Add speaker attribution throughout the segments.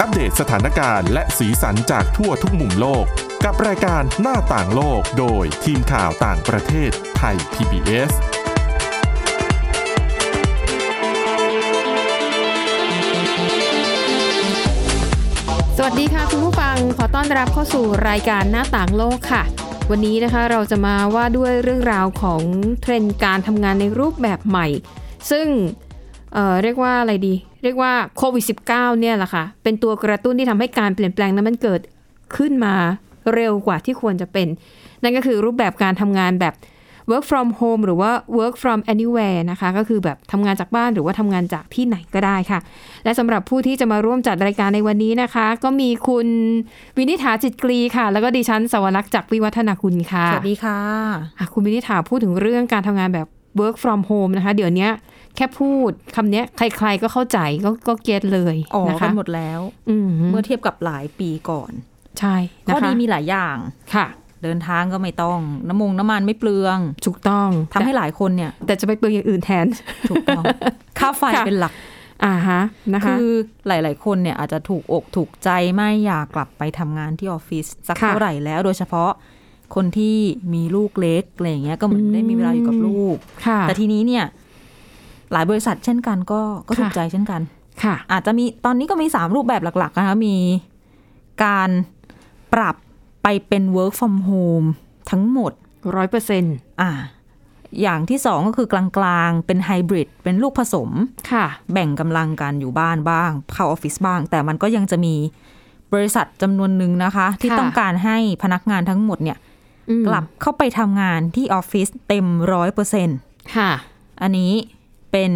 Speaker 1: อัปเดตสถานการณ์และสีสันจากทั่วทุกมุมโลก กับรายการหน้าต่างโลกโดยทีมข่าวต่างประเทศไทย PBS
Speaker 2: สวัสดีค่ะคุณผู้ฟังขอต้อนรับเข้าสู่รายการหน้าต่างโลกค่ะ วันนี้นะคะเราจะมาว่าด้วยเรื่องราวของเทรนด์การทำงานในรูปแบบใหม่ ซึ่งเอ่อเรียกว่าอะไรดี เรียกว่าโควิด -19 เนี่ยแหละค่ะ เป็นตัวกระตุ้นที่ทำให้การเปลี่ยนแปลงนั้นมันเกิดขึ้นมาเร็วกว่าที่ควรจะเป็น นั่นก็คือรูปแบบการทำงานแบบ work from home หรือว่า work from anywhere นะคะ ก็คือแบบทำงานจากบ้านหรือว่าทำงานจากที่ไหนก็ได้ค่ะ และสำหรับผู้ที่จะมาร่วมจัดรายการในวันนี้นะคะ ก็มีคุณวินิษฐาจิตกรีค่ะ แล้วก็ดิฉันสวรักษ์จากวิวัฒนาคุณค่ะ
Speaker 3: สวัสดีค่ะ
Speaker 2: อ่ะ คุณวินิษฐาพูดถึงเรื่องการทำงานแบบ work from home นะคะ เดี๋ยวเนี้ยแค่พูดคำเนี้ย ใครๆก็เข้าใจก็ก็เก็ตเลย
Speaker 3: อ๋อ
Speaker 2: นะ
Speaker 3: กั
Speaker 2: คะ
Speaker 3: นหมดแล้ว
Speaker 2: อืม
Speaker 3: เมื่อเทียบกับหลายปีก่อน
Speaker 2: ใช่นะ
Speaker 3: ข้อ
Speaker 2: คะ
Speaker 3: ดีมีหลายอย่าง
Speaker 2: ค่ะ
Speaker 3: เดินทางก็ไม่ต้อง น้ำมงน้ำมันไม่เปลือง
Speaker 2: ถูกต้อง
Speaker 3: ทำให้หลายคน เนี่ย
Speaker 2: แต่แต่จะไปเปลืองอย่างอื่นแทน
Speaker 3: ถูกต้อง ค่าไฟ
Speaker 2: ค่ะ
Speaker 3: เป็นหลัก
Speaker 2: อ่าฮะนะคะ
Speaker 3: คือหลาย ๆ คนเนี่ยอาจจะถูกอกถูกใจไม่อยากกลับไปทำงานที่ออฟฟิศสัก
Speaker 2: ค่ะ
Speaker 3: เท่าไหร่แล้ว โดยเฉพาะคนที่มีลูกเล็กอะไรอย่างเงี้ยก็เหมือน
Speaker 2: อืม
Speaker 3: ได้มีเวลาอยู่กับลูก
Speaker 2: ค่ะ
Speaker 3: แต่ทีนี้เนี่ยหลายบริษัทเช่นกันก็ก็ถูก
Speaker 2: ค่ะ
Speaker 3: ใจเช่นกัน
Speaker 2: ค่ะ
Speaker 3: อาจจะมีตอนนี้ก็มี 3 รูปแบบหลัก ๆ นะคะ มีการปรับไปเป็น work from home ทั้งหมด
Speaker 2: ร้อยเปอร์เซ็นต์
Speaker 3: อ่าอย่างที่ 2 ก็คือกลางๆ เป็นไฮบริดเป็นลูกผสม
Speaker 2: ค่ะ
Speaker 3: แบ่งกำลังกันอยู่บ้านบ้าง เข้าออฟฟิศบ้าง แต่มันก็ยังจะมีบริษัทจำนวนหนึ่งนะคะ ที่
Speaker 2: ค่ะ
Speaker 3: ต้องการให้พนักงานทั้งหมดเนี่ย
Speaker 2: อืม
Speaker 3: กลับเข้าไปทำงานที่ออฟฟิศเต็มร้อยเปอร์เซ็น
Speaker 2: ค่ะ
Speaker 3: อันนี้เป็น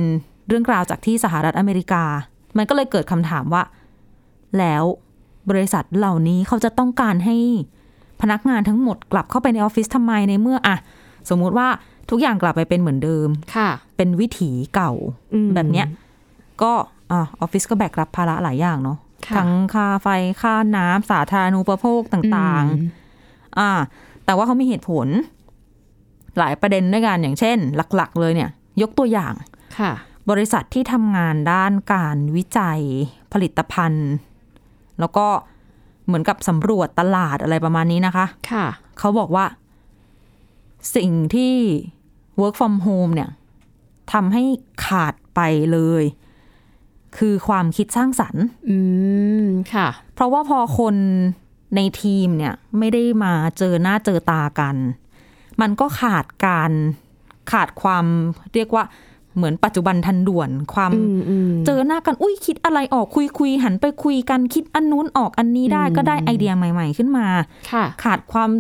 Speaker 3: เรื่องราวจากที่สหรัฐอเมริกา มันก็เลยเกิดคำถามว่า แล้วบริษัทเหล่านี้เขาจะต้องการให้พนักงานทั้งหมดกลับเข้าไปในออฟฟิศทำไมในเมื่ออะสมมุติว่าทุกอย่างกลับไปเป็นเหมือนเดิม
Speaker 2: ค่ะ
Speaker 3: เป็นวิถีเก่า
Speaker 2: อืม
Speaker 3: แบบเนี้ย ก็อะออฟฟิศก็แบกรับภาระหลายอย่างเนาะ
Speaker 2: ค่ะ
Speaker 3: ทั้งค่าไฟค่าน้ำสาธารณูปโภคต่าง
Speaker 2: อืม
Speaker 3: ๆ อ่า แต่ว่าเขามีเหตุผล หลายประเด็นด้วยกันอย่างเช่น หลักๆ เลยเนี่ย ยกตัวอย่าง
Speaker 2: ค่ะ
Speaker 3: บริษัทที่ทำงานด้านการวิจัยผลิตภัณฑ์ แล้วก็เหมือนกับสำรวจตลาดอะไรประมาณนี้นะคะ
Speaker 2: ค่ะ
Speaker 3: เขาบอกว่าสิ่งที่ work from home เนี่ยทำให้ขาดไปเลย คือความคิดสร้างสรรค์
Speaker 2: อืม ค่ะ
Speaker 3: เพราะว่าพอคนในทีมเนี่ยไม่ได้มาเจอหน้าเจอตากัน มันก็ขาดการขาดความเรียกว่าเหมือนปัจจุบันทันด่วนความ
Speaker 2: อืมอืม
Speaker 3: เจอหน้ากัน อุ้ยคิดอะไรออกคุยคุยหันไปคุยกันคิดอันนู้นออกอันนี้ได้
Speaker 2: อืม
Speaker 3: ก็ได้ไอเดียใหม่ ๆ ขึ้นมา
Speaker 2: ค่ะ
Speaker 3: ขาดความ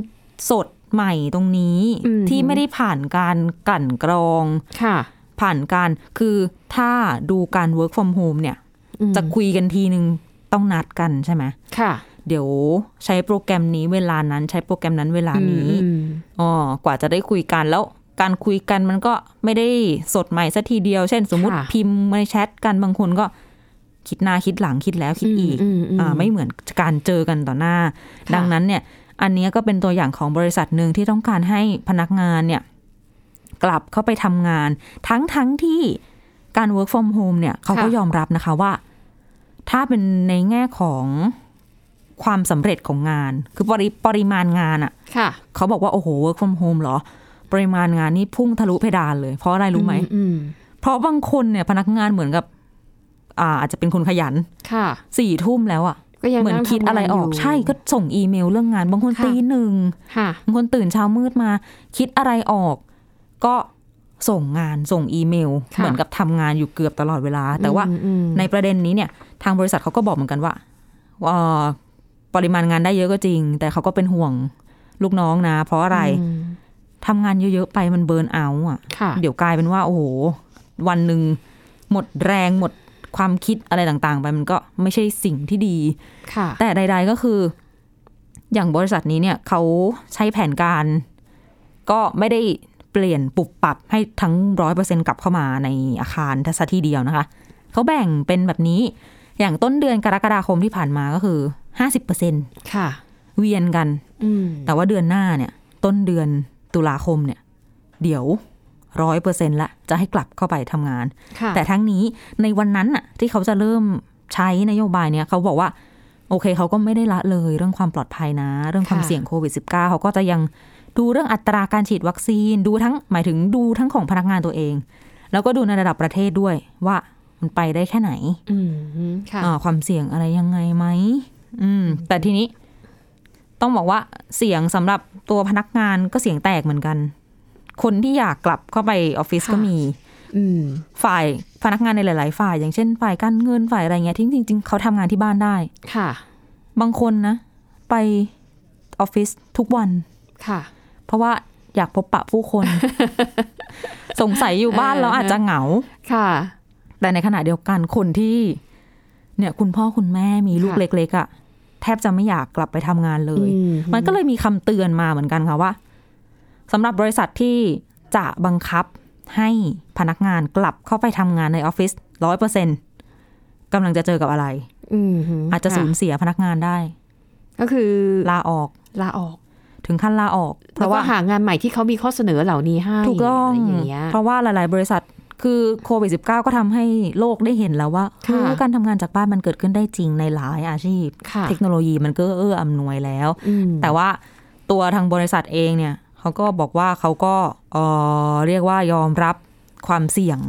Speaker 3: สดใหม่ตรงนี้
Speaker 2: อืม
Speaker 3: ที่ไม่ได้ผ่านการกลั่นกรอง
Speaker 2: ค่ะ
Speaker 3: ผ่านการคือถ้าดูการ work from home เนี่ย
Speaker 2: อืม
Speaker 3: จะคุยกันทีนึงต้องนัดกันใช่ไหม
Speaker 2: ค่ะ
Speaker 3: เดี๋ยวใช้โปรแกรมนี้เวลานั้นใช้โปรแกรมนั้นเวลานี้
Speaker 2: อืม
Speaker 3: อ๋อกว่าจะได้คุยกันแล้วการคุยกันมันก็ไม่ได้สดใหม่สัทีเดียว เช่น สมมติพิมพ์ในแชทกันบางคนก็คิดหน้าคิดหลังคิดแล้วคิดอีก
Speaker 2: มมม
Speaker 3: อ่าไม่เหมือนการเจอกันต่อหน้า
Speaker 2: ค่ะ
Speaker 3: ดังนั้นเนี่ย อันเนี้ยก็เป็นตัวอย่างของบริษัทหนึ่งที่ต้องการให้พนักงานเนี่ย กลับเข้าไปทำงาน ทั้งทั้งที่การ work from home เนี่ยเขาก็ยอมรับนะคะว่า ถ้าเป็นในแง่ของความสำเร็จของงาน คือปริปริมาณงานอะ
Speaker 2: ค่ะ
Speaker 3: เขาบอกว่า โอ้โห work from home เหรอ ปริมาณงานนี่พุ่งทะลุเพดานเลย เพราะอะไรรู้ไหม
Speaker 2: อือื
Speaker 3: เพราะบางคนเนี่ยพนักงานเหมือนกับ อ่าอาจจะเป็นคนขยัน
Speaker 2: ค่ะ
Speaker 3: สี่ทุ่มแล้วอะ
Speaker 2: ก็ยัง
Speaker 3: เหมือน
Speaker 2: ง
Speaker 3: คิด
Speaker 2: ทำงา
Speaker 3: อะไรออก
Speaker 2: ยู่
Speaker 3: ใช่ก็ส่งอีเมลเรื่องงาน บางคน
Speaker 2: ค่ะ
Speaker 3: ตีหนึ่ง
Speaker 2: ค่ะ
Speaker 3: บางคนตื่นเช้ามืดมา คิดอะไรออก ก็ส่งงานส่งอีเมล
Speaker 2: ค่ะ
Speaker 3: เหมือนกับทำงานอยู่เกือบตลอดเวลา แต่ว่า
Speaker 2: อืมอืม
Speaker 3: ในประเด็นนี้เนี่ยทางบริษัทเขาก็บอกเหมือนกันว่าเอ่อปริมาณงานได้เยอะก็จริง แต่เขาก็เป็นห่วงลูกน้องนะ เพราะอะไร
Speaker 2: อืม
Speaker 3: ทำงานเยอะ ๆ ไปมันเบิร์นเอาท์อ่ะ
Speaker 2: ค่ะ
Speaker 3: เดี๋ยวกลายเป็นว่า โอ้โห วันหนึ่งหมดแรงหมดความคิดอะไรต่างๆ ไปมันก็ไม่ใช่สิ่งที่ดี
Speaker 2: ค่ะ
Speaker 3: แต่ใด ๆก็คือ อย่างบริษัทนี้เนี่ยเขาใช้แผนการ ก็ไม่ได้เปลี่ยนปรับปรับให้ทั้งร้อยเปอร์เซ็นกลับเข้ามาในอาคารทัศทีเดียวนะคะ เขาแบ่งเป็นแบบนี้ อย่างต้นเดือนกรกฎาคมที่ผ่านมาก็คือห้าสิบเปอร์เซ็น
Speaker 2: ค่ะ
Speaker 3: เวียนกัน
Speaker 2: อืม
Speaker 3: แต่ว่าเดือนหน้าเนี่ย ต้นเดือนตุลาคมเนี่ย เดี๋ยวร้อยเปอร์เซ็นละจะให้กลับเข้าไปทำงาน
Speaker 2: ค่ะ
Speaker 3: แต่ทั้งนี้ในวันนั้นน่ะที่เขาจะเริ่มใช้นโยบายเนี่ยเขาบอกว่า โอเคเขาก็ไม่ได้ละเลยเรื่องความปลอดภัยนะ เรื่องความ
Speaker 2: ค่ะ
Speaker 3: เสี่ยงโควิด -19 เขาก็จะยังดูเรื่องอัตราการฉีดวัคซีน ดูทั้งหมายถึงดูทั้งของพนักงานตัวเอง แล้วก็ดูในระดับประเทศด้วยว่ามันไปได้แค่ไหน
Speaker 2: อืมค่ะ
Speaker 3: อ่าความเสี่ยงอะไรยังไงไหมอืม แต่ทีนี้ ต้องบอกว่าเสียงสำหรับตัวพนักงานก็เสียงแตกเหมือนกัน คนที่อยากกลับเข้าไปออฟฟิศ
Speaker 2: ค่ะ
Speaker 3: ก็มี
Speaker 2: อืม
Speaker 3: ฝ่ายพนักงานในหลาย ๆ ฝ่าย อย่างเช่นฝ่ายการเงินฝ่ายอะไรเงี้ยที่จริง ๆ เขาทำงานที่บ้านได้
Speaker 2: ค่ะ
Speaker 3: บางคนนะ ไปออฟฟิศทุกวัน
Speaker 2: ค่ะ
Speaker 3: เพราะว่าอยากพบปะผู้ คน สงสัยอยู่บ้านแล้วอาจจะเหงา
Speaker 2: ค่ะ
Speaker 3: แต่ในขณะเดียวกันคนที่ เนี่ยคุณพ่อคุณแม่มีลูก
Speaker 2: ค่ะ
Speaker 3: เล็กๆอะ่ะ แทบจะไม่อยากกลับไปทำงานเลย
Speaker 2: อื
Speaker 3: มันก็เลยมีคำเตือนมาเหมือนกันค่ะว่าสำหรับบริษัทที่จะบังคับให้พนักงานกลับเข้าไปทำงานในออฟฟิศร้อยเปอร์เซ็นกำลังจะเจอกับอะไร
Speaker 2: อืม
Speaker 3: อาจจะ
Speaker 2: ค่
Speaker 3: สูญเสียพนักงานได้
Speaker 2: ก็คือ
Speaker 3: ลาออก
Speaker 2: ลาออก
Speaker 3: ถึงขั้นลาออก เพ
Speaker 2: แล้
Speaker 3: ราะ
Speaker 2: วก็
Speaker 3: ว่า
Speaker 2: หางานใหม่ที่เขามีข้อเสนอเหล่านี้ให้
Speaker 3: ถูกต้อง
Speaker 2: อะไรอย่างเงี้ย
Speaker 3: เพราะว่าหลาย ๆ บริษัทคือโควิด -19 ก็ทำให้โลกได้เห็นแล้วว่า
Speaker 2: ค่ะ
Speaker 3: เออการทำงานจากบ้านมันเกิดขึ้นได้จริงในหลายอาชีพ
Speaker 2: ค่ะ
Speaker 3: เทคโนโลยีมันก็เอื้ออำนวยแล้ว
Speaker 2: อืม
Speaker 3: แต่ว่าตัวทางบริษัทเองเนี่ยเขาก็บอกว่าเขาก็เอ่อเรียกว่ายอมรับความเสี่ยง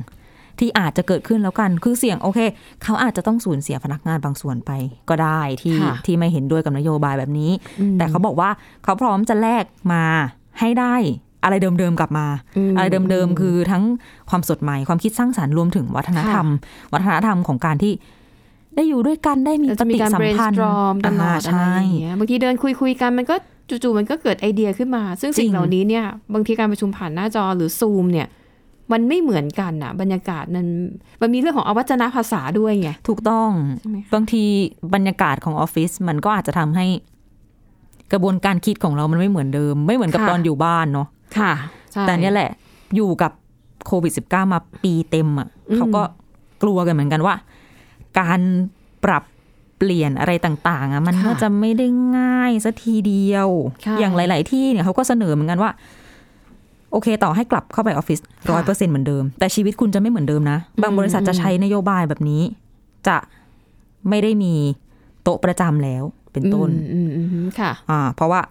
Speaker 3: ที่อาจจะเกิดขึ้นแล้วกัน คือเสี่ยงโอเค เขาอาจจะต้องสูญเสียพนักงานบางส่วนไป ก็ได้ที่ที่ไม่เห็นด้วยกับนโยบายแบบนี้
Speaker 2: อืม
Speaker 3: แต่เขาบอกว่าเขาพร้อมจะแลกมาให้ได้อะไรเดิมๆกลับมา
Speaker 2: ม
Speaker 3: อะไรเดิมๆ คือทั้งความสดใหม่ความคิดสร้างสารรค์รวมถึงวัฒนธรรม วัฒนธรรมของการที่ได้อยู่ด้วยกันได้มี
Speaker 2: เรา
Speaker 3: ป
Speaker 2: จะมี
Speaker 3: ฏิ
Speaker 2: การ
Speaker 3: สัมพันธ์
Speaker 2: brainstorm ตลอด
Speaker 3: า
Speaker 2: อะไร
Speaker 3: ใช่
Speaker 2: อย่างเงี้ยบางทีเดินคุยคุยๆกันมันก็จู่ๆมันก็เกิดไอเดียขึ้นมา ซึ่งสิ่
Speaker 3: จริ
Speaker 2: ง
Speaker 3: ง
Speaker 2: เหล่านี้เนี่ย บางทีการประชุมผ่านหน้าจอหรือซูมเนี่ย มันไม่เหมือนกันอ่ะ บรรยากาศนั้นมันมีเรื่องของอวัจนภาษาด้วยไง
Speaker 3: ถูกต้อง
Speaker 2: ใช่ไหมคะ
Speaker 3: บางทีบรรยากาศของออฟฟิศมันก็อาจจะทำให้กระบวนการคิดของเรามันไม่เหมือนเดิม ไม่เหมือนกับ
Speaker 2: ค่ะ
Speaker 3: ตอนอยู่บ้านเนาะ
Speaker 2: ค่ะใช่
Speaker 3: แต่เนี่ยแหละอยู่กับโควิด -19 มาปีเต็มอ่ะ
Speaker 2: อืม
Speaker 3: เขาก็กลัวกันเหมือนกันว่า การปรับเปลี่ยนอะไรต่าง ๆอ่ะมันก็จะไม่ได้ง่ายสัทีเดียว
Speaker 2: ค่ะ
Speaker 3: อย่างหลาย ๆ ที่เนี่ยเขาก็เสนอเหมือนกันว่า โอเค ต่อให้กลับเข้าไปออฟฟิศร้อยเปอร์เซ็นเหมือนเดิม แต่ชีวิตคุณจะไม่เหมือนเดิมนะ บางบริษัทจะใช้นโยบายแบบนี้ จะไม่ได้มีโต๊ะประจำแล้วเป็นต้น
Speaker 2: อืมอืมอืมค่ะ
Speaker 3: อ่า เพราะว่า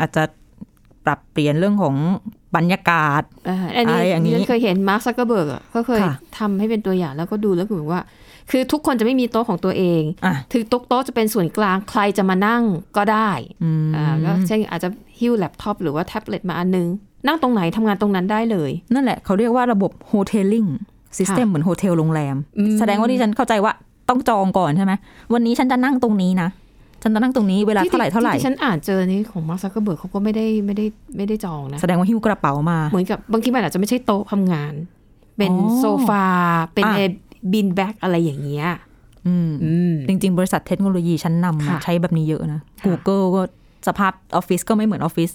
Speaker 3: อาจจะปรับเปลี่ยนเรื่องของบรรยากาศ
Speaker 2: อ่าอันนี้
Speaker 3: อะไรอย่างนี้
Speaker 2: ฉันเคยเห็นมาร์คซักเกอร์เบิร์กก็เคย
Speaker 3: ค่ะ
Speaker 2: ทำให้เป็นตัวอย่างแล้วก็ดูแล้วก็เหมือนว่า คือทุกคนจะไม่มีโต๊ะของตัวเอง
Speaker 3: อ่ะ
Speaker 2: ถึงโต๊ะจะเป็นส่วนกลางใครจะมานั่งก็ได้
Speaker 3: อืม
Speaker 2: อ่าก็เช่นอาจจะหิ้วแล็ปท็อปหรือว่าแท็บเล็ตมาอันนึง นั่งตรงไหนทำงานตรงนั้นได้เลย
Speaker 3: นั่นแหละเขาเรียกว่าระบบโฮเทลลิงซิสเต็มเหมือนโฮเทลโรงแรม
Speaker 2: อืม
Speaker 3: แสดงว่าที่ฉันเข้าใจว่าต้องจองก่อนใช่ไหมวันนี้ฉันจะนั่งตรงนี้นะฉันจะนั่งตรงนี้เวลาเท่าไหร่เท่าไหร่
Speaker 2: ที่ดิฉันอ่านเจอนี้ของมาร์คซักเกอร์เบิร์กเขาก็ไม่ได้ไม่ได้ไม่ได้จองนะ
Speaker 3: แสดงว่าหิ้วกระเป๋ามา
Speaker 2: เหมือนกับบางทีมันอาจจะไม่ใช่โต๊ะทำงาน เป็น
Speaker 3: อ๋อ
Speaker 2: โซฟา เป็น
Speaker 3: อ่ะ
Speaker 2: บินแบ็กอะไรอย่างเงี้ย
Speaker 3: อืม
Speaker 2: อืม
Speaker 3: จริง ๆ บริษัทเทคโนโลยีชั้นนำ
Speaker 2: ค่ะ
Speaker 3: นะใช้แบบนี้เยอะนะ
Speaker 2: ค่ะ
Speaker 3: Google ก็สภาพออฟฟิศก็ไม่เหมือนออฟฟิศ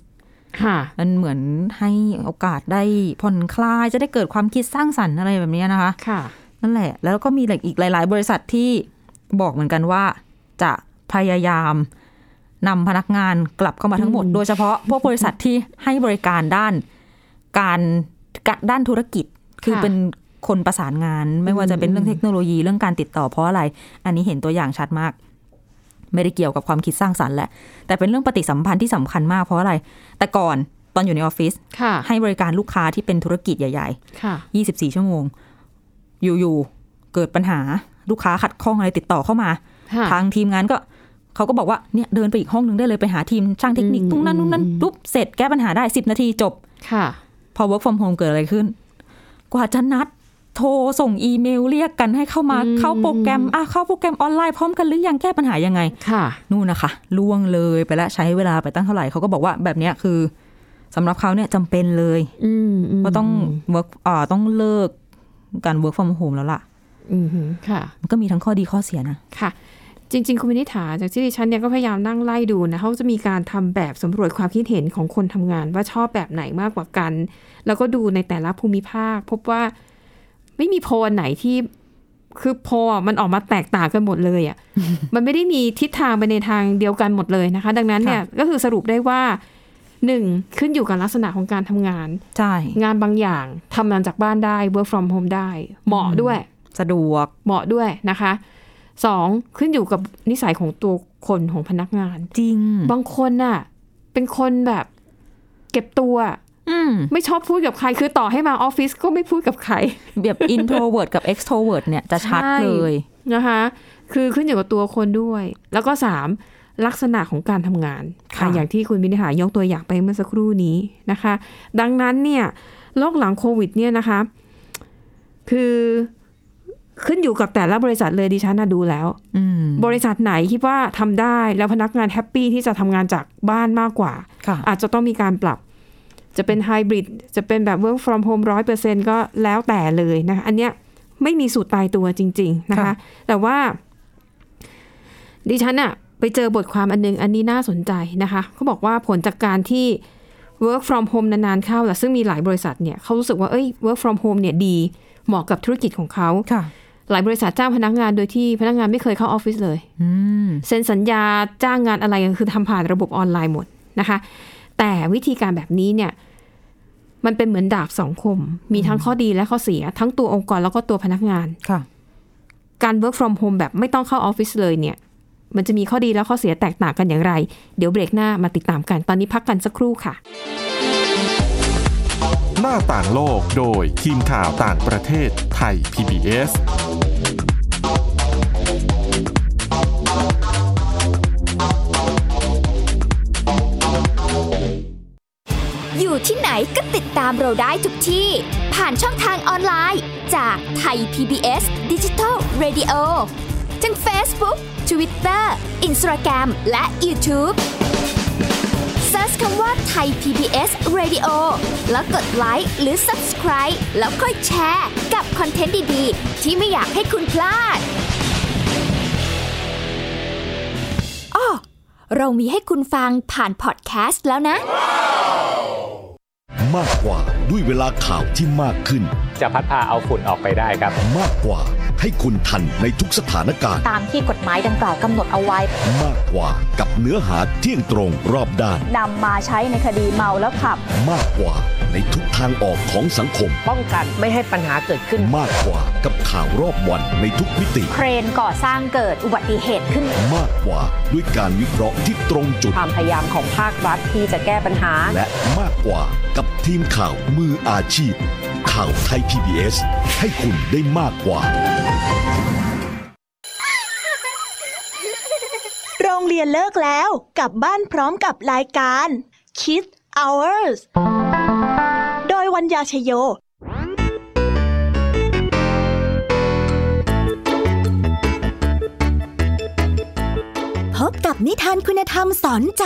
Speaker 2: ค่ะ
Speaker 3: มันเหมือนให้โอกาสได้ผ่อนคลายจะได้เกิดความคิดสร้างสรรค์อะไรแบบเนี้ยนะคะ
Speaker 2: ค่ะ
Speaker 3: นั่นแหละ แล้วก็มีอีกหลาย ๆ บริษัทที่บอกเหมือนกันว่า จะพยายามนำพนักงานกลับเข้ามาทั้งหมด
Speaker 2: อืม
Speaker 3: โดยเฉพาะพวกบริษัทที่ให้บริการด้านการกะด้านธุรกิจ คือเป็นคนประสานงาน ไม่ว่าจะเป็นเรื่องเทคโนโลยีเรื่องการติดต่อเพราะอะไร อันนี้เห็นตัวอย่างชัดมาก ไม่ได้เกี่ยวกับความคิดสร้างสรรค์แหละ แต่เป็นเรื่องปฏิสัมพันธ์ที่สำคัญมากเพราะอะไร แต่ก่อนตอนอยู่ในออฟฟิศ
Speaker 2: ค่ะ
Speaker 3: ให้บริการลูกค้าที่เป็นธุรกิจใหญ่ ๆ
Speaker 2: ค่ะ
Speaker 3: 24 ชั่วโมง อยู่ๆ เกิดปัญหาลูกค้าขัดข้องอะไรติดต่อเข้ามา
Speaker 2: ค่ะ
Speaker 3: ทางทีมงานก็เขาก็บอกว่าเนี่ยเดินไปอีกห้องหนึ่งได้เลยไปหาทีมช่างเทคนิค
Speaker 2: อืม
Speaker 3: ตรงนั้น
Speaker 2: อืม
Speaker 3: ตรงนั้น
Speaker 2: อืม
Speaker 3: ปุ๊บเสร็จแก้ปัญหาได้ 10 นาทีจบ
Speaker 2: ค่ะ
Speaker 3: พอ work from home เกิดอะไรขึ้น กว่าจะนัด โทรส่งอีเมลเรียกกันให้เข้ามา
Speaker 2: อืม
Speaker 3: เข้าโปรแกรมอ่ะเข้าโปรแกรมออนไลน์พร้อมกันหรือยังแก้ปัญหายังไง
Speaker 2: ค่ะ
Speaker 3: นู่นนะคะล่วงเลยไปละใช้เวลาไปตั้งเท่าไหร่เขาก็บอกว่าแบบเนี้ยคือสำหรับเขาเนี่ยจำเป็นเลย
Speaker 2: อืมม
Speaker 3: ว่าต้อง work อ่าต้องเลิกการ work from home แล้วล่ะ
Speaker 2: อืมค่ะ
Speaker 3: มันก็มีทั้งข้อดีข้อเสียนะ
Speaker 2: ค่ะ จริง ๆ คุณวินิษฐาจากที่ดิฉันเนี่ยก็พยายามนั่งไล่ดูนะเขาจะมีการทำแบบสำรวจความคิดเห็นของคนทำงานว่าชอบแบบไหนมากกว่ากัน แล้วก็ดูในแต่ละภูมิภาค พบว่าไม่มีโพลอันไหนที่คือโพลอะมันออกมาแตกต่างกันหมดเลยอะ่ะ มันไม่ได้มีทิศทางไปในทางเดียวกันหมดเลยนะคะ ดังนั้นเนี่ยก็คือสรุปได้ว่าหนึ่งขึ้นอยู่กับลักษณะของการทำงาน
Speaker 3: ใช่
Speaker 2: งานบางอย่างทำงานจากบ้านได้ work from home ได้ เหมาะด้วย
Speaker 3: สะดวก
Speaker 2: เหมาะด้วยนะคะสองขึ้นอยู่กับนิสัยของตัว คนของพนักงาน
Speaker 3: จริง
Speaker 2: บางคนน่ะ เป็นคนแบบ เก็บตัว
Speaker 3: อืม
Speaker 2: ไม่ชอบพูดกับใคร คือต่อให้มาออฟฟิศก็ไม่พูดกับใคร
Speaker 3: แบบ introvert กับ extrovert เนี่ยจะชัด
Speaker 2: ใช่
Speaker 3: เลย
Speaker 2: นะคะ คือขึ้นอยู่กับตัวคนด้วย แล้วก็สามลักษณะของการทำงานอ่ะอย่างที่คุณวินิหายกตัวอย่างไปเมื่อสักครู่นี้นะคะ ดังนั้นเนี่ยโรคหลังโควิดเนี่ยนะคะ คือขึ้นอยู่กับแต่ละบริษัทเลยดิฉันน่ะดูแล้ว
Speaker 3: อืม
Speaker 2: บริษัทไหนคิดว่าทำได้แล้วพนักงานแฮปปี้ที่จะทำงานจากบ้านมากกว่า
Speaker 3: ค่ะ
Speaker 2: อาจจะต้องมีการปรับ จะเป็นไฮบริดจะเป็นแบบ work from home ร้อยเปอร์เซ็นก็แล้วแต่เลยนะคะอันเนี้ยไม่มีสูตรตายตัวจริง ๆ นะคะ แต่ว่า ดิฉันอะไปเจอบทความอันนึง อันนี้น่าสนใจนะคะเขาบอกว่าผลจากการที่ work from home นาน ๆ เข้าละซึ่งมีหลายบริษัทเนี่ยเขารู้สึกว่าเอ้ย work from home เนี่ยดีเหมาะกับธุรกิจของเขา
Speaker 3: ค่ะ
Speaker 2: หลายบริษัทจ้างพนักงานโดยที่พนักงานไม่เคยเข้าออฟฟิศเลย
Speaker 3: อืม
Speaker 2: เซ็นสัญญาจ้างงานอะไรก็คือทำผ่านระบบออนไลน์หมดนะคะ แต่วิธีการแบบนี้เนี่ยมันเป็นเหมือนดาบสองคม มีทั้งข้อดีและข้อเสีย ทั้งตัวองค์กรแล้วก็ตัวพนักงาน
Speaker 3: ค่ะ
Speaker 2: การ work from home แบบไม่ต้องเข้าออฟฟิศเลยเนี่ย มันจะมีข้อดีและข้อเสียแตกต่างกันอย่างไร เดี๋ยวเบรกหน้ามาติดตามกัน ตอนนี้พักกันสักครู่ค่ะ
Speaker 1: หน้าต่างโลกโดยทีมข่าวต่างประเทศไทย PBS
Speaker 4: อยู่ที่ไหนก็ติดตามเราได้ทุกที่ ผ่านช่องทางออนไลน์ จากไทย PBS Digital Radio ทั้ง Facebook Twitter Instagram และ YouTube Search คำว่าไทย PBS Radio แล้วกดไลค์หรือ Subscribe แล้วค่อยแชร์กับคอนเทนต์ดี ๆ ที่ไม่อยากให้คุณพลาดอ้อเรามีให้คุณฟังผ่านพอดแคสต์แล้วนะ
Speaker 5: มากกว่าด้วยเวลาข่าวที่มากขึ้น
Speaker 6: จะพัดพาเอาฝุ่นออกไปได้ครับ
Speaker 5: มากกว่าให้คุณทันในทุกสถานการณ์
Speaker 7: ตามที่กฎหมายดังกล่าวกำหนดเอาไว้
Speaker 5: มากกว่ากับเนื้อหาเที่ยงตรงรอบด้าน
Speaker 7: นำมาใช้ในคดีเมาแล้วขับ
Speaker 5: มากกว่าในทุกทางออกของสังคม
Speaker 8: ป้องกันไม่ให้ปัญหาเกิดขึ้น
Speaker 5: มากกว่ากับข่าวรอบวันในทุกมิติ
Speaker 7: เครนก่อสร้างเกิดอุบัติเหตุขึ้น
Speaker 5: มากกว่าด้วยการวิเคราะห์ที่ตรงจุด
Speaker 8: ความพยายามของภาครัฐที่จะแก้ปัญหา
Speaker 5: และมากกว่ากับทีมข่าวมืออาชีพ ข่าวไทย PBS ให้คุณได้มากกว่า
Speaker 9: โรงเรียนเลิกแล้วกลับบ้านพร้อมกับรายการ Kids Hours โดยวัญญาชยโย
Speaker 10: พบกับนิทานคุณธรรมสอนใจ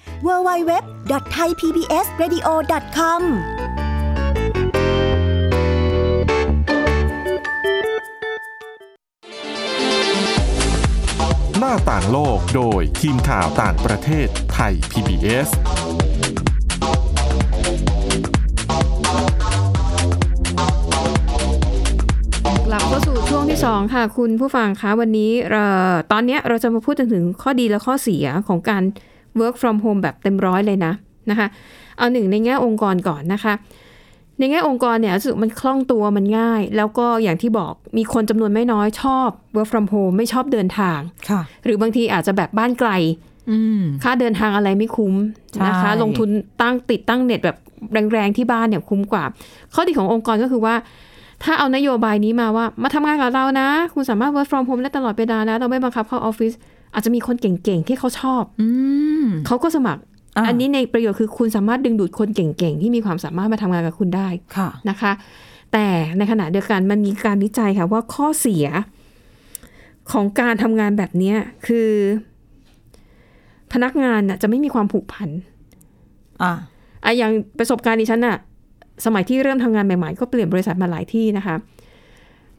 Speaker 10: www.thaipbsradio.com
Speaker 1: หน้าต่างโลกโดยทีมข่าวต่างประเทศไทย PBS
Speaker 2: กลับเข้าสู่ช่วงที่ 2 ค่ะ คุณผู้ฟังคะวันนี้เอ่อตอนเนี้ยเราจะมาพูดถึงข้อดีและข้อเสียของการ work from home แบบเต็มร้อยเลยนะนะคะ เอาหนึ่งในแง่องค์กรก่อนนะคะ ในแง่องค์กรเนี่ยรู้สึกมันคล่องตัวมันง่าย แล้วก็อย่างที่บอกมีคนจำนวนไม่น้อยชอบ work from home ไม่ชอบเดินทาง
Speaker 3: ค่ะ
Speaker 2: หรือบางทีอาจจะแบบบ้านไกล
Speaker 3: อืม
Speaker 2: ค่าเดินทางอะไรไม่คุ้มนะคะ
Speaker 3: ใช่
Speaker 2: ลงทุนตั้งติดตั้งเน็ตแบบแรงๆที่บ้านเนี่ยคุ้มกว่า ข้อดีขององค์กรก็คือว่า ถ้าเอานโยบายนี้มาว่ามาทำงานกับเรานะ คุณสามารถ work from home ได้ตลอดเวลานะ เราไม่บังคับเข้าออฟฟิศอาจจะมีคนเก่งๆ ที่เขาชอบ
Speaker 3: อืม
Speaker 2: เขาก็สมัคร
Speaker 3: อ่า
Speaker 2: อันนี้ในประโยชน์คือคุณสามารถดึงดูดคนเก่งๆ ที่มีความสามารถมาทำงานกับคุณได้
Speaker 3: ค่ะ
Speaker 2: นะคะ แต่ในขณะเดียวกันมันมีการวิจัยค่ะว่าข้อเสียของการทำงานแบบเนี้ยคือ พนักงานน่ะจะไม่มีความผูกพัน
Speaker 3: อ่ะ
Speaker 2: อะอย่างประสบการณ์ดิฉันอะสมัยที่เริ่มทำงานใหม่ๆ ก็เปลี่ยนบริษัทมาหลายที่นะคะ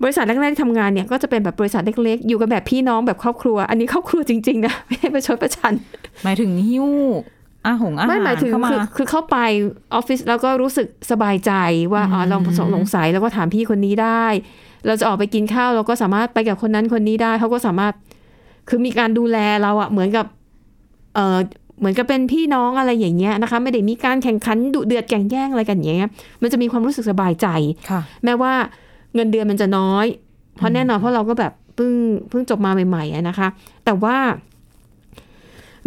Speaker 2: บริษัทแรกๆที่ทำงานเนี่ยก็จะเป็นแบบบริษัทเล็กๆ อยู่กันแบบพี่น้องแบบครอบครัว อันนี้ครอบครัวจริงๆนะ ไม่ได้ประชดประชัน
Speaker 3: หมายถึงหิ้ว อาหงอาหาร
Speaker 2: ไม่หมายถึง
Speaker 3: เข้ามา
Speaker 2: คือคือเข้าไปออฟฟิศแล้วก็รู้สึกสบายใจว่าอ๋อลองสงสงสัยแล้วก็ถามพี่คนนี้ได้ เราจะออกไปกินข้าวเราก็สามารถไปกับคนนั้นคนนี้ได้เขาก็สามารถคือมีการดูแลเราอะเหมือนกับเออเหมือนกับเป็นพี่น้องอะไรอย่างเงี้ยนะคะ ไม่ได้มีการแข่งขันดุเดือดแข่งแย่งอะไรกันอย่างเงี้ยมันจะมีความรู้สึกสบายใจ
Speaker 3: ค่ะ
Speaker 2: แม้ว่าเงินเดือนมันจะน้อย เพราะแน่นอนเพราะเราก็แบบเพิ่งเพิ่งจบมาใหม่ๆอะนะคะ แต่ว่า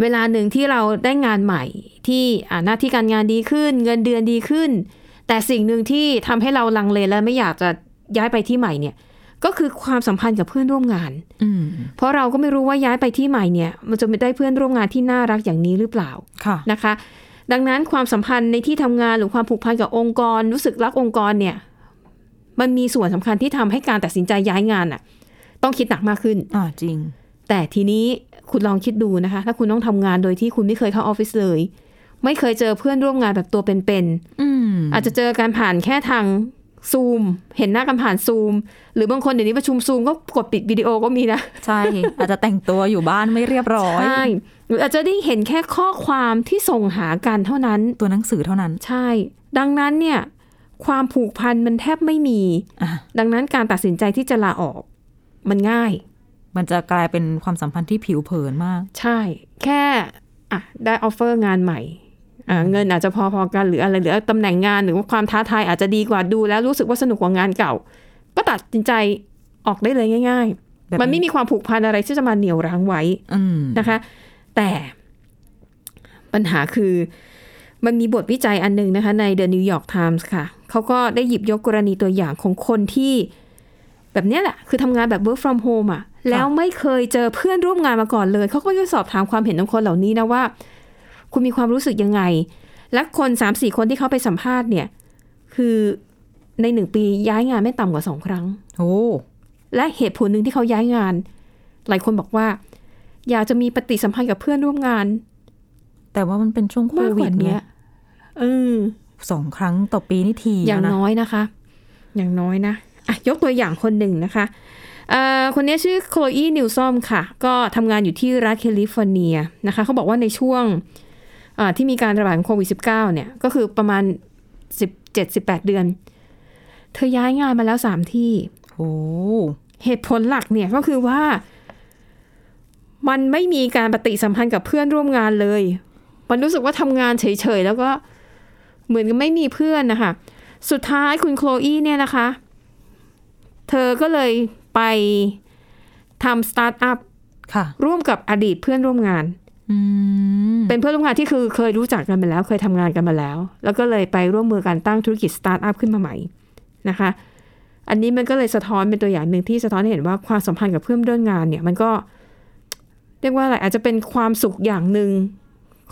Speaker 2: เวลาหนึ่งที่เราได้งานใหม่ ที่อ่าหน้าที่การงานดีขึ้น เงินเดือนดีขึ้น แต่สิ่งหนึ่งที่ทำให้เราลังเลและไม่อยากจะย้ายไปที่ใหม่เนี่ย ก็คือความสัมพันธ์กับเพื่อนร่วมงาน
Speaker 3: อืม
Speaker 2: เพราะเราก็ไม่รู้ว่าย้ายไปที่ใหม่เนี่ย มันจะได้เพื่อนร่วมงานที่น่ารักอย่างนี้หรือเปล่า
Speaker 3: ค่ะ
Speaker 2: นะคะดังนั้นความสัมพันธ์ในที่ทำงานหรือความผูกพันกับองค์กร รู้สึกรักองค์กรเนี่ยมันมีส่วนสำคัญที่ทำให้การตัดสินใจย้ายงานน่ะต้องคิดหนักมากขึ้น
Speaker 3: อ่าจริง
Speaker 2: แต่ทีนี้คุณลองคิดดูนะคะ ถ้าคุณต้องทำงานโดยที่คุณไม่เคยเข้าออฟฟิศเลย ไม่เคยเจอเพื่อนร่วมงานแบบตัวเป็น
Speaker 3: อืม
Speaker 2: ๆอาจจะเจอการผ่านแค่ทางซูมเห็นหน้ากันผ่านซูม หรือบางคนเดี๋ยวนี้ประชุมซูมก็กดปิดวิดีโอก็มีนะ
Speaker 3: ใช่ อาจจะแต่งตัวอยู่บ้านไม่เรียบร้อย
Speaker 2: ใช่หรืออาจจะได้เห็นแค่ข้อความที่ส่งหากันเท่านั้น
Speaker 3: ตัวหนังสือเท่านั้น
Speaker 2: ใช่ ดังนั้นเนี่ยความผูกพันมันแทบไม่มี
Speaker 3: อ่ะ
Speaker 2: ดังนั้นการตัดสินใจที่จะลาออกมันง่าย
Speaker 3: มันจะกลายเป็นความสัมพันธ์ที่ผิวเผินมาก
Speaker 2: ใช่ แค่อ่ะได้ออฟเฟอร์งานใหม่อ่ะเงินอาจจะพอๆกันหรืออะไรหรือตำแหน่งงานหรือว่าความท้าทายอาจจะดีกว่าดูแล้วรู้สึกว่าสนุกกว่างานเก่า ก็ตัดสินใจออกได้เลยง่าย
Speaker 3: แบบ
Speaker 2: ๆ มันไม่มีความผูกพันอะไรที่จะมาเหนี่ยวรั้งไว้
Speaker 3: อืม
Speaker 2: นะคะ แต่ปัญหาคือมันมีบทวิจัยอันหนึงนะคะ ใน The New York Times ค่ะ เขาก็ได้หยิบยกกรณีตัวอย่างของคนที่ แบบเนี้ยแหละ คือทำงานแบบ work from home อะแล้วไม่เคยเจอเพื่อนร่วมงานมาก่อนเลย เขาก็ไปสอบถามความเห็นของคนเหล่านี้นะว่า คุณมีความรู้สึกยังไง และคนสามสี่คนที่เขาไปสัมภาษณ์เนี่ย คือในหนึ่งปีย้ายงานไม่ต่ำกว่าสองครั้ง
Speaker 3: โอ้
Speaker 2: และเหตุผลหนึ่งที่เขาย้ายงาน หลายคนบอกว่า อยากจะมีปฏิสัมพันธ์กับเพื่อนร่วมงาน
Speaker 3: แต่ว่ามันเป็นช่วงโค
Speaker 2: มากก
Speaker 3: วิ
Speaker 2: ว่า
Speaker 3: ด
Speaker 2: เนี้
Speaker 3: เนี่ย ย
Speaker 2: เออ
Speaker 3: สองครั้งต่อปีนี่ที
Speaker 2: อย่าง
Speaker 3: แล้วะ
Speaker 2: น้อยนะคะ อย่างน้อยนะอ่ะยกตัวอย่างคนหนึ่งนะคะเอ่อคนนี้ชื่อโคลอีนิวซอมค่ะ ก็ทำงานอยู่ที่รัฐแคลิฟอร์เนียนะคะ เขาบอกว่าในช่วงเอ่อที่มีการระบาดของโควิด -19 เนี่ย ก็คือประมาณ 17-18 เดือน เธอย้ายงานมาแล้วสามที่
Speaker 3: โอ้
Speaker 2: เหตุผลหลักเนี่ยก็คือว่า มันไม่มีการปฏิสัมพันธ์กับเพื่อนร่วมงานเลย มันรู้สึกว่าทำงานเฉยๆ แล้วก็เหมือนกับไม่มีเพื่อนนะคะ สุดท้ายคุณโคลอีเนี่ยนะคะ เธอก็เลยไปทำสตาร์ทอัพ
Speaker 3: ค่ะ
Speaker 2: ร่วมกับอดีตเพื่อนร่วมงาน
Speaker 3: อืม
Speaker 2: เป็นเพื่อนร่วมงานที่คือเคยรู้จักกันมาแล้ว เคยทำงานกันมาแล้ว แล้วก็เลยไปร่วมมือกันตั้งธุรกิจสตาร์ทอัพขึ้นมาใหม่นะคะ อันนี้มันก็เลยสะท้อนเป็นตัวอย่างหนึ่งที่สะท้อนให้เห็นว่าความสัมพันธ์กับเพื่อนร่วมงานเนี่ย มันก็ เรียกว่าอะไรอาจจะเป็นความสุขอย่างหนึ่ง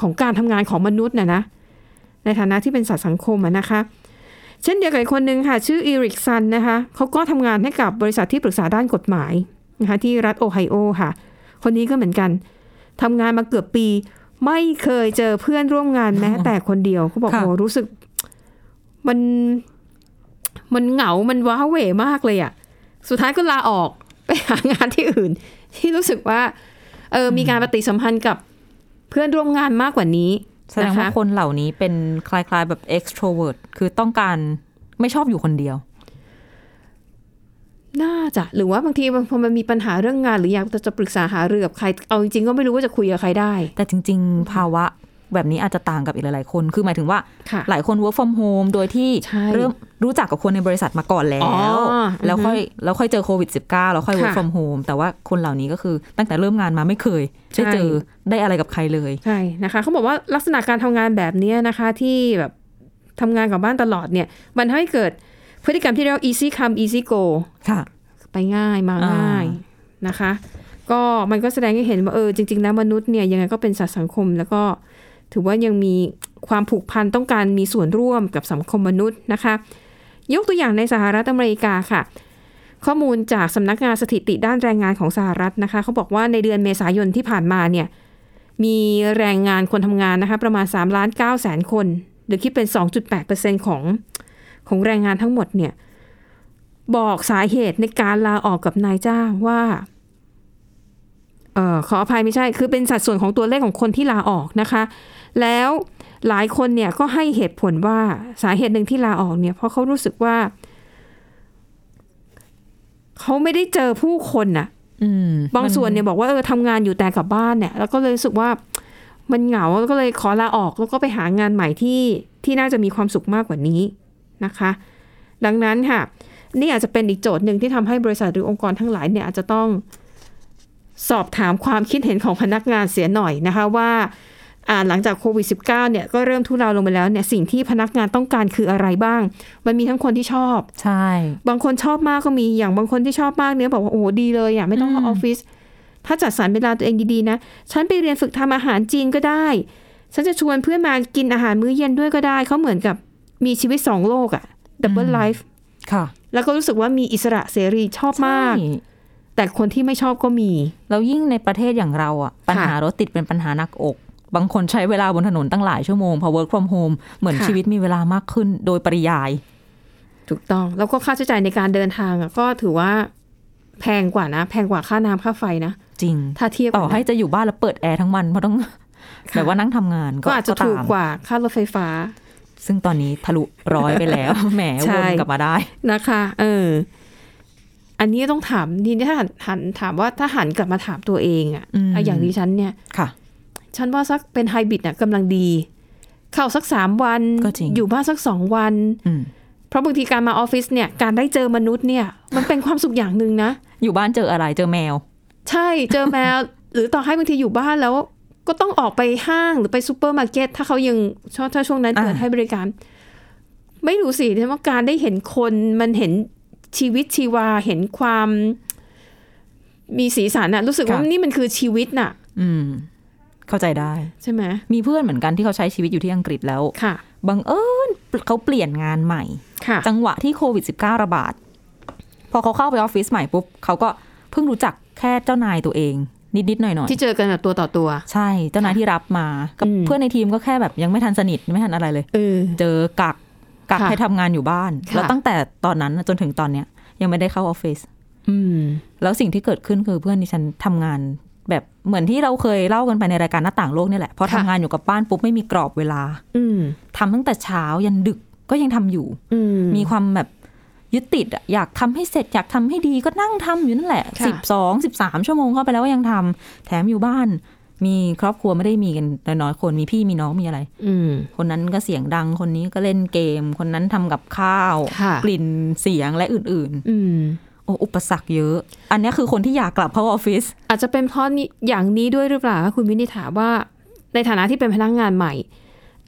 Speaker 2: ของการทำงานของมนุษย์นะนะ ในฐานะที่เป็นสัตว์สังคมอะนะคะ เช่นเดียวกับอีกคนหนึ่งค่ะ ชื่ออีริกซันนะคะเขาก็ทำงานให้กับบริษัทที่ปรึกษาด้านกฎหมายนะคะที่รัฐโอไฮโอค่ะ คนนี้ก็เหมือนกันทำงานมาเกือบปี ไม่เคยเจอเพื่อนร่วม งานแม้ แต่คนเดียวเขาบอกโหรู้สึก มันมันเหงา มันว้าเหวมากเลยอะสุดท้ายก็ลาออกไปหางานที่อื่น ที่รู้สึกว่า เออมีการปฏิสัมพันธ์กับเพื่อนร่วมงานมากกว่านี้
Speaker 3: แสดง
Speaker 2: นะ
Speaker 3: ว่า
Speaker 2: คะ
Speaker 3: คนเหล่านี้เป็นคล้ายๆแบบ extrovert คือต้องการไม่ชอบอยู่คนเดียว
Speaker 2: น่าจะหรือว่าบางทีพอมันมีปัญหาเรื่องงานหรืออยากจะปรึกษาหารือกับใคร เอาจริงๆก็ไม่รู้ว่าจะคุยกับใครได้
Speaker 3: แต่จริง ๆ ภาวะแบบนี้อาจจะต่างกับอีกหลายๆคน คือหมายถึงว่า
Speaker 2: ค่ะ
Speaker 3: หลายคน work from home โดยที่
Speaker 2: ใช่
Speaker 3: เริ่มรู้จักกับคนในบริษัทมาก่อนแล้
Speaker 2: อ๋อ
Speaker 3: ว แล้วค่อยแล้วค่อยเจอโควิด -19 แล้วค่อย work
Speaker 2: ค่ะ
Speaker 3: from home แต่ว่าคนเหล่านี้ก็คือตั้งแต่เริ่มงานมาไม่เคย ได้เจอ
Speaker 2: ใช่
Speaker 3: ได้อะไรกับใครเลย
Speaker 2: ใช่นะคะเขาบอกว่าลักษณะการทำงานแบบเนี้ยนะคะที่แบบทำงานกับบ้านตลอดเนี่ย มันทำให้เกิดพฤติกรรมที่เรียกว่า easy come easy go
Speaker 3: ค่ะ
Speaker 2: ไปง่ายมา
Speaker 3: อ่า
Speaker 2: ง่ายนะคะ ก็มันก็แสดงให้เห็นว่าเออจริง ๆ แล้วมนุษย์เนี่ยยังไงก็เป็นสัตว์สังคม แล้วก็ถือว่ายังมีความผูกพันต้องการมีส่วนร่วมกับสังคมมนุษย์นะคะ ยกตัวอย่างในสหรัฐอเมริกาค่ะ ข้อมูลจากสำนักงานสถิติด้านแรงงานของสหรัฐนะคะเขาบอกว่าในเดือนเมษายนที่ผ่านมาเนี่ยมีแรงงานคนทำงานนะคะประมาณ3ล้าน9แสนคน หรือคิดเป็น 2.8%ของของแรงงานทั้งหมดเนี่ย บอกสาเหตุในการลาออกกับนายจ้างว่า เอ่อขออภัยไม่ใช่ คือเป็นสัดส่วนของตัวเลขของคนที่ลาออกนะคะ แล้วหลายคนเนี่ยก็ให้เหตุผลว่าสาเหตุหนึ่งที่ลาออกเนี่ยเพราะเขารู้สึกว่า เขาไม่ได้เจอผู้คนน่ะ
Speaker 3: อืม
Speaker 2: บางส่วนเนี่ยบอกว่าเออทำงานอยู่แต่กลับบ้านเนี่ย แล้วก็เลยรู้สึกว่ามันเหงาแล้วก็เลยขอลาออกแล้วก็ไปหางานใหม่ที่ที่น่าจะมีความสุขมากกว่านี้นะคะ ดังนั้นค่ะ นี่อาจจะเป็นอีกโจทย์หนึ่งที่ทำให้บริษัทหรือองค์กรทั้งหลายเนี่ยอาจจะต้องสอบถามความคิดเห็นของพนักงานเสียหน่อยนะคะว่าอ่าหลังจากโควิด -19 เนี่ยก็เริ่มทุเลาลงไปแล้วเนี่ยสิ่งที่พนักงานต้องการคืออะไรบ้าง มันมีทั้งคนที่ชอบ
Speaker 3: ใช่
Speaker 2: บางคนชอบมากก็มีอย่างบางคนที่ชอบมากเนี่ยบอกว่าโอ้โหดีเลยอ่ะไม่ต้องเข้าออฟฟิศถ้าจัดสรรเวลาตัวเองดีๆนะฉันไปเรียนฝึกทำอาหารจีนก็ได้ ฉันจะชวนเพื่อนมากินอาหารมื้อเย็นด้วยก็ได้ เขาเหมือนกับมีชีวิตสองโลกอะดับเบิลไลฟ์
Speaker 3: ค่ะ
Speaker 2: แล้วก็รู้สึกว่ามีอิสระเสรีชอบมาก
Speaker 3: ใช่
Speaker 2: แต่คนที่ไม่ชอบก็มี
Speaker 3: แล้วยิ่งในประเทศอย่างเราอ่ะ ปัญหารถติดเป็นปัญหาหนักอก บางคนใช้เวลาบนถนนตั้งหลายชั่วโมง พอ work from home เหมือน
Speaker 2: ค่ะ
Speaker 3: ชีวิตมีเวลามากขึ้นโดยปริยาย
Speaker 2: ถูกต้อง แล้วก็ค่าใช้จ่ายในการเดินทางอะก็ถือว่าแพงกว่านะ แพงกว่าค่าน้ำค่าไฟนะ
Speaker 3: จริง
Speaker 2: ถ้าเทียบ
Speaker 3: ต่
Speaker 2: กั
Speaker 3: อ
Speaker 2: นนะ
Speaker 3: ให้จะอยู่บ้านแล้วเปิดแอร์ทั้งวันเพราะต้อง
Speaker 2: ค่ะ
Speaker 3: แบบว่านั่งทำงาน
Speaker 2: ก็อาจจะถูก
Speaker 3: ตม
Speaker 2: กว่าค่ารถไฟฟ้า
Speaker 3: ซึ่งตอนนี้ทะลุร้อยไป แล้ว แหม
Speaker 2: ใช่
Speaker 3: วนกลับมาได้
Speaker 2: นะคะ เออ อันนี้ต้องถามทีนี่ถ้าหันหันถามว่าถ้าหันกลับมาถามตัวเองอะ
Speaker 3: อืม
Speaker 2: ะอย่างดิฉันเนี่ย
Speaker 3: ค่ะ
Speaker 2: ฉันว่าสักเป็นไฮบริดน่ะกำลังดี เข้าสักสามวัน
Speaker 3: ก็จริง
Speaker 2: อยู่บ้านสักสองวัน
Speaker 3: อืม
Speaker 2: เพราะบางทีการมาออฟฟิศเนี่ย การได้เจอมนุษย์เนี่ย มันเป็นความสุขอย่างหนึ่งนะ
Speaker 3: อยู่บ้านเจออะไรเจอแมว
Speaker 2: ใช่ เจอแมว หรือต่อให้บางทีอยู่บ้านแล้ว ก็ต้องออกไปห้างหรือไปซูเปอร์มาร์เก็ตถ้าเขายังชอบถ้าช่วงนั้น
Speaker 3: อ่า
Speaker 2: เปิดให้บริการ ไม่รู้สิที่ว่าการได้เห็นคนมันเห็นชีวิตชีวาเห็นความ มีสีสันน่ะ รู้สึกว่านี่มันคือชีวิตน่ะ
Speaker 3: อืม เข้าใจได้
Speaker 2: ใช่ไหม
Speaker 3: มีเพื่อนเหมือนกันที่เขาใช้ชีวิตอยู่ที่อังกฤษแล้ว
Speaker 2: ค่ะ
Speaker 3: บังเอิญเขาเปลี่ยนงานใหม่
Speaker 2: ค่ะ
Speaker 3: จังหวะที่โควิด -19 ระบาด พอเขาเข้าไปออฟฟิศใหม่ปุ๊บ เขาก็เพิ่งรู้จักแค่เจ้านายตัวเอง นิด ๆ หน่อย
Speaker 2: ที่เจอกันแบบตัวต่อตัว
Speaker 3: ๆ ใช่ เจ้านายที่รับมากับ
Speaker 2: อืม
Speaker 3: เพื่อนในทีมก็แค่แบบยังไม่ทันสนิท ไม่ทันอะไรเลย
Speaker 2: เออ
Speaker 3: เจอกักกัก
Speaker 2: ค่ะ
Speaker 3: ให้ทำงานอยู่บ้าน
Speaker 2: ค่ะ
Speaker 3: แล้วตั้งแต่ตอนนั้นจนถึงตอนเนี้ย ยังไม่ได้เข้าออฟฟิศ
Speaker 2: อืม
Speaker 3: แล้วสิ่งที่เกิดขึ้นคือเพื่อนดิฉันทำงาน แบบเหมือนที่เราเคยเล่ากันไปในรายการหน้าต่างโลกนี่แหละพอทำ
Speaker 2: ค่ะ
Speaker 3: งานอยู่กับบ้านปุ๊บไม่มีกรอบเวลา
Speaker 2: อืม
Speaker 3: ทำตั้งแต่เช้ายันดึกก็ยังทำอยู่
Speaker 2: อืม
Speaker 3: มีความแบบยึดติดอะอยากทำให้เสร็จอยากทำให้ดีก็นั่งทำอยู่นั่นแหละ
Speaker 2: ค่ะ
Speaker 3: สิบสองสิบสามชั่วโมงเข้าไปแล้วก็ยังทำแถมอยู่บ้าน มีครอบครัวไม่ได้มีกันน้อยๆคนมีพี่มีน้องมีอะไร
Speaker 2: อืม
Speaker 3: คนนั้นก็เสียงดังคนนี้ก็เล่นเกม คนนั้นทำกับข้าว
Speaker 2: ค่ะ
Speaker 3: กลิ่นเสียงและอื่น
Speaker 2: อืม
Speaker 3: ๆโอ้อุปสรรคเยอะ อันเนี้ยคือคนที่อยากกลับเข้าออฟฟิศ
Speaker 2: อาจจะเป็นเพราะนี้อย่างนี้ด้วยหรือเปล่าคะคุณวินิษฐาว่าในฐานะที่เป็นพนักงานใหม่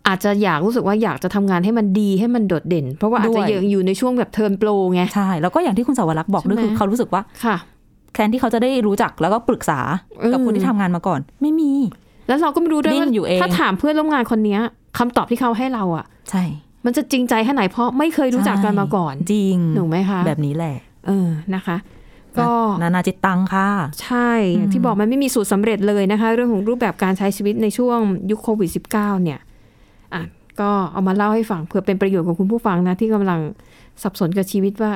Speaker 2: อาจจะอยากรู้สึกว่าอยากจะทำงานให้มันดีให้มันโดดเด่น เพราะว่าอาจจะยังอยู่ในช่วงแบบเทิร์นโปรไง
Speaker 3: ใช่แล้วก็อย่างที่คุณสาวรักษ์บอกด้วย
Speaker 2: ใช่ไหม
Speaker 3: คือเขารู้สึกว่า
Speaker 2: ค่ะ
Speaker 3: แทนที่เขาจะได้รู้จักแล้วก็ปรึกษากับคนที่ทำงานมาก่อน ไม่มี
Speaker 2: แล้วเราก็ไม่รู้ด้วย
Speaker 3: ดิ้
Speaker 2: ว่าน
Speaker 3: อยู่เอง
Speaker 2: ถ้าถามเพื่อนร่วมงานคนเนี้ยคำตอบที่เขาให้เราอ่ะ
Speaker 3: ใช่
Speaker 2: มันจะจริงใจแค่ไหนเพราะไม่เคยรู้จักกันมาก่อน
Speaker 3: จริง
Speaker 2: ถูกไหมคะ
Speaker 3: แบบนี้แหละ
Speaker 2: เออนะคะ ก็
Speaker 3: นานาจิตตังค่ะ
Speaker 2: ใช่อย่างที่บอกมันไม่มีสูตรสำเร็จเลยนะคะ เรื่องของรูปแบบการใช้ชีวิตในช่วงยุคโควิด -19 เนี่ยอ่ะก็เอามาเล่าให้ฟังเพื่อเป็นประโยชน์กับคุณผู้ฟังนะ ที่กำลังสับสนกับชีวิตว่า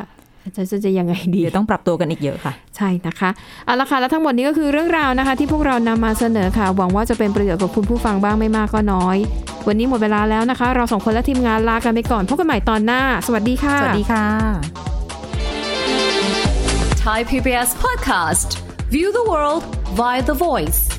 Speaker 2: จะจะจะยังไงดี
Speaker 3: เดี๋ยวต้องปรับตัวกันอีกเยอะค่ะ
Speaker 2: ใช่นะคะ เอาละค่ะ และทั้งหมดนี้ก็คือเรื่องราวนะคะ ที่พวกเรานำมาเสนอค่ะ หวังว่าจะเป็นประโยชน์กับคุณผู้ฟังบ้างไม่มากก็น้อย วันนี้หมดเวลาแล้วนะคะ เราสองคนและทีมงานลากันไปก่อนพบกันใหม่ตอนหน้า สวัสดีค่ะ
Speaker 3: สวัสดีค่ะ
Speaker 11: Thai PBS podcast. View the world via the voice.